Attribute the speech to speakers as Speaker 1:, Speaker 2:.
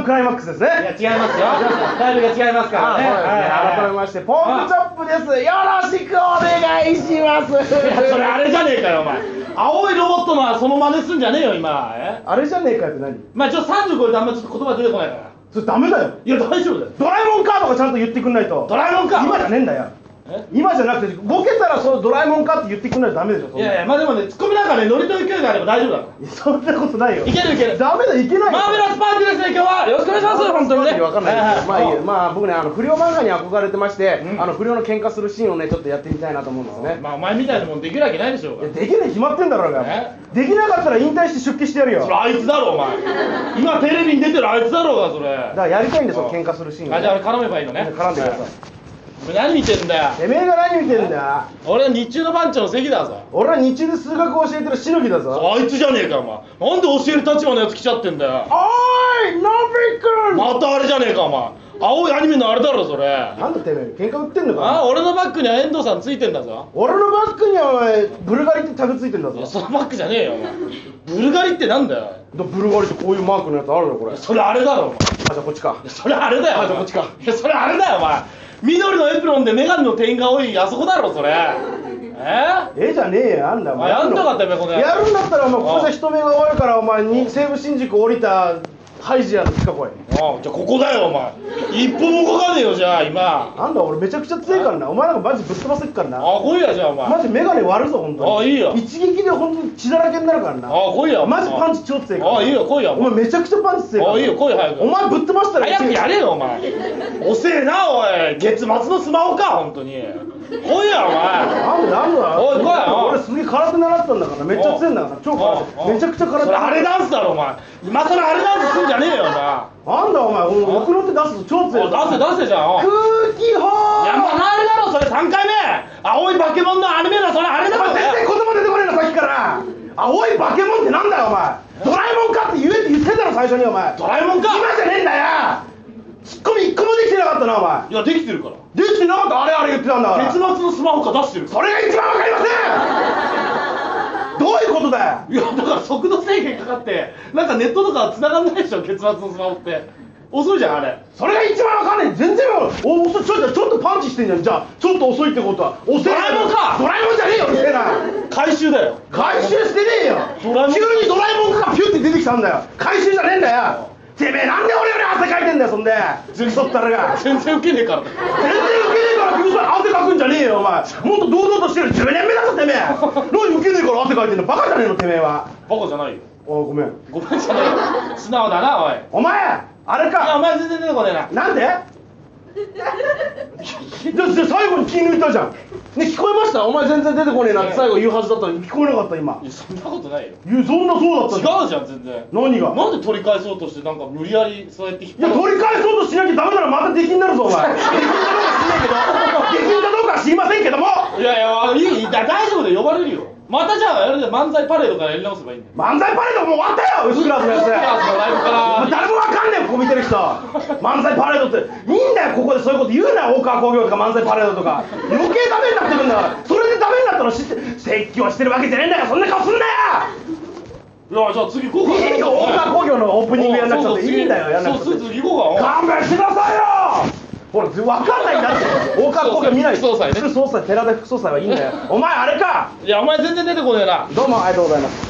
Speaker 1: ンクライマックスです
Speaker 2: いや
Speaker 1: ね。
Speaker 2: 違いますよだいぶが違いますからね
Speaker 1: はい改めまして、ポンプチョップです。よろしくお願いします。
Speaker 2: いやそれあれじゃねえかよお前青いロボットのその真似すんじゃねえよ今え
Speaker 1: あれじゃねえかよって何
Speaker 2: まあちょっと30超えてあんまちょっと言葉出てこないから
Speaker 1: それダメだよ。
Speaker 2: いや大丈夫だよ
Speaker 1: ドラえもんかとかちゃんと言ってくんないと。
Speaker 2: ドラえもんか
Speaker 1: 今じゃねえんだよ。
Speaker 2: え
Speaker 1: 今じゃなくて、ボケたらそのドラえもんかって言ってくんないとダメでしょ、そん
Speaker 2: い
Speaker 1: な
Speaker 2: やいやまあでもねツッコミなんかねノリと勢いがあれば大丈夫だか
Speaker 1: そんなことないよ。
Speaker 2: らいけるいける
Speaker 1: ダメだ、いけないよ。
Speaker 2: マーベラスパーティーですね今日はよろしくお願いします本当にね
Speaker 3: わかんないですけどまあいいや
Speaker 2: ま
Speaker 3: まあ僕ねあの不良漫画に憧れてまして、
Speaker 2: うん
Speaker 3: あの不良の喧嘩するシーンをねちょっとやってみたいなと思うんですね
Speaker 2: あ、まあお前みたいなもんできるわけないでしょう
Speaker 1: いや
Speaker 2: から
Speaker 1: できない決まってんだろうが
Speaker 2: え
Speaker 1: できなかったら引退して出家してやるよ
Speaker 2: それ
Speaker 1: だか
Speaker 2: あいつだろお前今テレビに出てるあいつだろうがそれあ
Speaker 1: らやりたいんですよ喧嘩するシーンを
Speaker 2: じゃああれ絡めばいいのね
Speaker 1: 絡んでください
Speaker 2: お前何見てんだよ
Speaker 1: てめえが何見てるんだよ
Speaker 2: 俺は日中の番長の席だぞ
Speaker 1: 俺は日中で数学を教えてるしのぎだぞ
Speaker 2: あいつじゃねえかお前なんで教える立場のやつ来ちゃってんだよ
Speaker 1: おーいのびくん
Speaker 2: またあれじゃねえかお前青いアニメのあれだろそれあ
Speaker 1: なんだてめえ喧嘩売ってんのか
Speaker 2: 俺のバッグには遠藤さんついてんだぞ
Speaker 1: 俺のバッグにはお前ブルガリってタグついてんだ
Speaker 2: い
Speaker 1: ぞ
Speaker 2: やそのバッグじゃねえよお前ブルガリってなんだよ
Speaker 1: だブルガリってこういうマークのやつあるよこれあじ
Speaker 2: それあれだろお前い
Speaker 1: ゃあこっちか
Speaker 2: やそれあれだよお前
Speaker 1: あじゃあこっちか
Speaker 2: いやそれあれだよお前緑のエプロンでメガネの点が多いあそこだろそれえ
Speaker 1: ええじゃねえよあんだお前
Speaker 2: あやんなかったよお前この野郎
Speaker 1: やるんだったらお前ここじゃ人目が多いからお前に西武新宿降りたハイジアの来かこい
Speaker 2: ああじゃあここだよお前一歩も動かねえよじゃあ今
Speaker 1: なんだ俺めちゃくちゃ強いからなお前なんかマジぶっ飛ばせっからな
Speaker 2: ああ来いやじゃあお前あ
Speaker 1: マジメガネ割るぞ本当
Speaker 2: あ
Speaker 1: に
Speaker 2: いいよ
Speaker 1: 一撃で本当に血だらけになるからな
Speaker 2: あ来いや
Speaker 1: マジパンチ超強いから
Speaker 2: ああいいよ来いや
Speaker 1: お前めちゃくちゃパンチ強いから
Speaker 2: あいいよ来い早く
Speaker 1: お前ぶっ飛ばしたら
Speaker 2: 早くやれよお前遅えなおい月末のスマホか本当に来いやお前
Speaker 1: なんでなんだ
Speaker 2: おい来いよ
Speaker 1: 俺すげえ空手習ったんだからめっちゃ強いんだから超
Speaker 2: お
Speaker 1: 空
Speaker 2: うお
Speaker 1: 手
Speaker 2: う
Speaker 1: めちゃくちゃ空手
Speaker 2: それあれダンスだろお前今更あれダンスすんじゃねえよお前
Speaker 1: なんだお前お前奥の手出すと超強い
Speaker 2: おい出せ出せじゃんおい
Speaker 1: 空気砲
Speaker 2: いやまたあれだろそれ3回目青いバケモンのアニメだそれあれだろ
Speaker 1: お前全然言葉出てこねえなさっきから青い化け物ってなんだよお前ドラえもんかって言えって言ってたろ最初にお前
Speaker 2: ドラえもんか
Speaker 1: 今じゃねえんだよツッコミ一個もできてなかったなお前
Speaker 2: いやできてるから
Speaker 1: できてなかったあれあれ言ってたんだから
Speaker 2: 月末のスマホか出してるか
Speaker 1: そ
Speaker 2: ら
Speaker 1: れが一番わかりませんどういうことだよ
Speaker 2: いやだから速度制限かかってなんかネットとか繋がんないでしょ月末のスマホって遅いじゃんあれ
Speaker 1: それが一番わかんない全然わかんないお遅いちょっとちょっとパンチしてんじゃんじゃあちょっと遅いってことは遅い
Speaker 2: ドラえもんか
Speaker 1: ドラえもんじゃねえようるせえな
Speaker 2: 回収だよ
Speaker 1: 回収してねえよ
Speaker 2: ドラえもん
Speaker 1: 急にドラえもんがピュって出てきたんだよ回収じゃねえんだよてめえなんで俺より汗かいてんだよそんでクソったれが
Speaker 2: 全然ウケねえから
Speaker 1: 全然ウケねえから君それ汗かくんじゃねえよお前もっと堂々としてる10年目だぞてめえ何ウケねえから汗かいてんのバカじゃねえのてめえは
Speaker 2: バカじゃないよ
Speaker 1: あごめん
Speaker 2: ごめんじゃないよ素直だなおいい
Speaker 1: お前あれ
Speaker 2: やお
Speaker 1: か
Speaker 2: 前全然出てこねえな
Speaker 1: なんで じゃあじゃあ最後に気抜いたじゃんね聞こえましたお前全然出てこねえなって最後言うはずだったのに聞こえなかった今
Speaker 2: いやそんなことないよ
Speaker 1: いやそんなそうだった
Speaker 2: 違
Speaker 1: んだ
Speaker 2: うじゃん全然
Speaker 1: 何が
Speaker 2: なんで取り返そうとしてなんか無理やりそうやって引っ
Speaker 1: いや取り返そうとしなきゃダメならまた出禁になるぞお前 出禁かどうか知んねえけど出禁かどうかは知りませんけども
Speaker 2: いやいやいいだ大丈夫だよ呼ばれるよまたじゃああれで漫才パレードからやり直せばいいんだよ
Speaker 1: 漫才パレードもう終わったよ薄倉のやつ
Speaker 2: いやそのライブから
Speaker 1: 誰もわかんねえよここ見てる人漫才パレードっていいんだよここでそういうこと言うな大川工業とか漫才パレードとか余計ダメになってくんだからそれでダメになったの知って説教してるわけじゃねえんだよそんな顔すんなよ
Speaker 2: いやじゃあ次行こうか
Speaker 1: いいよ大川工業のオープニングやんなくたっていいんだよやんなくたっ
Speaker 2: そうそう
Speaker 1: て
Speaker 2: 次行こうか
Speaker 1: 勘弁してくださいよほらわかんないんだって大川工業見ない
Speaker 2: 副総裁ね
Speaker 1: 副総裁寺田副総裁はいいんだよお前あれか
Speaker 2: いやお前全然出てこねえな
Speaker 1: どうもありがとうございます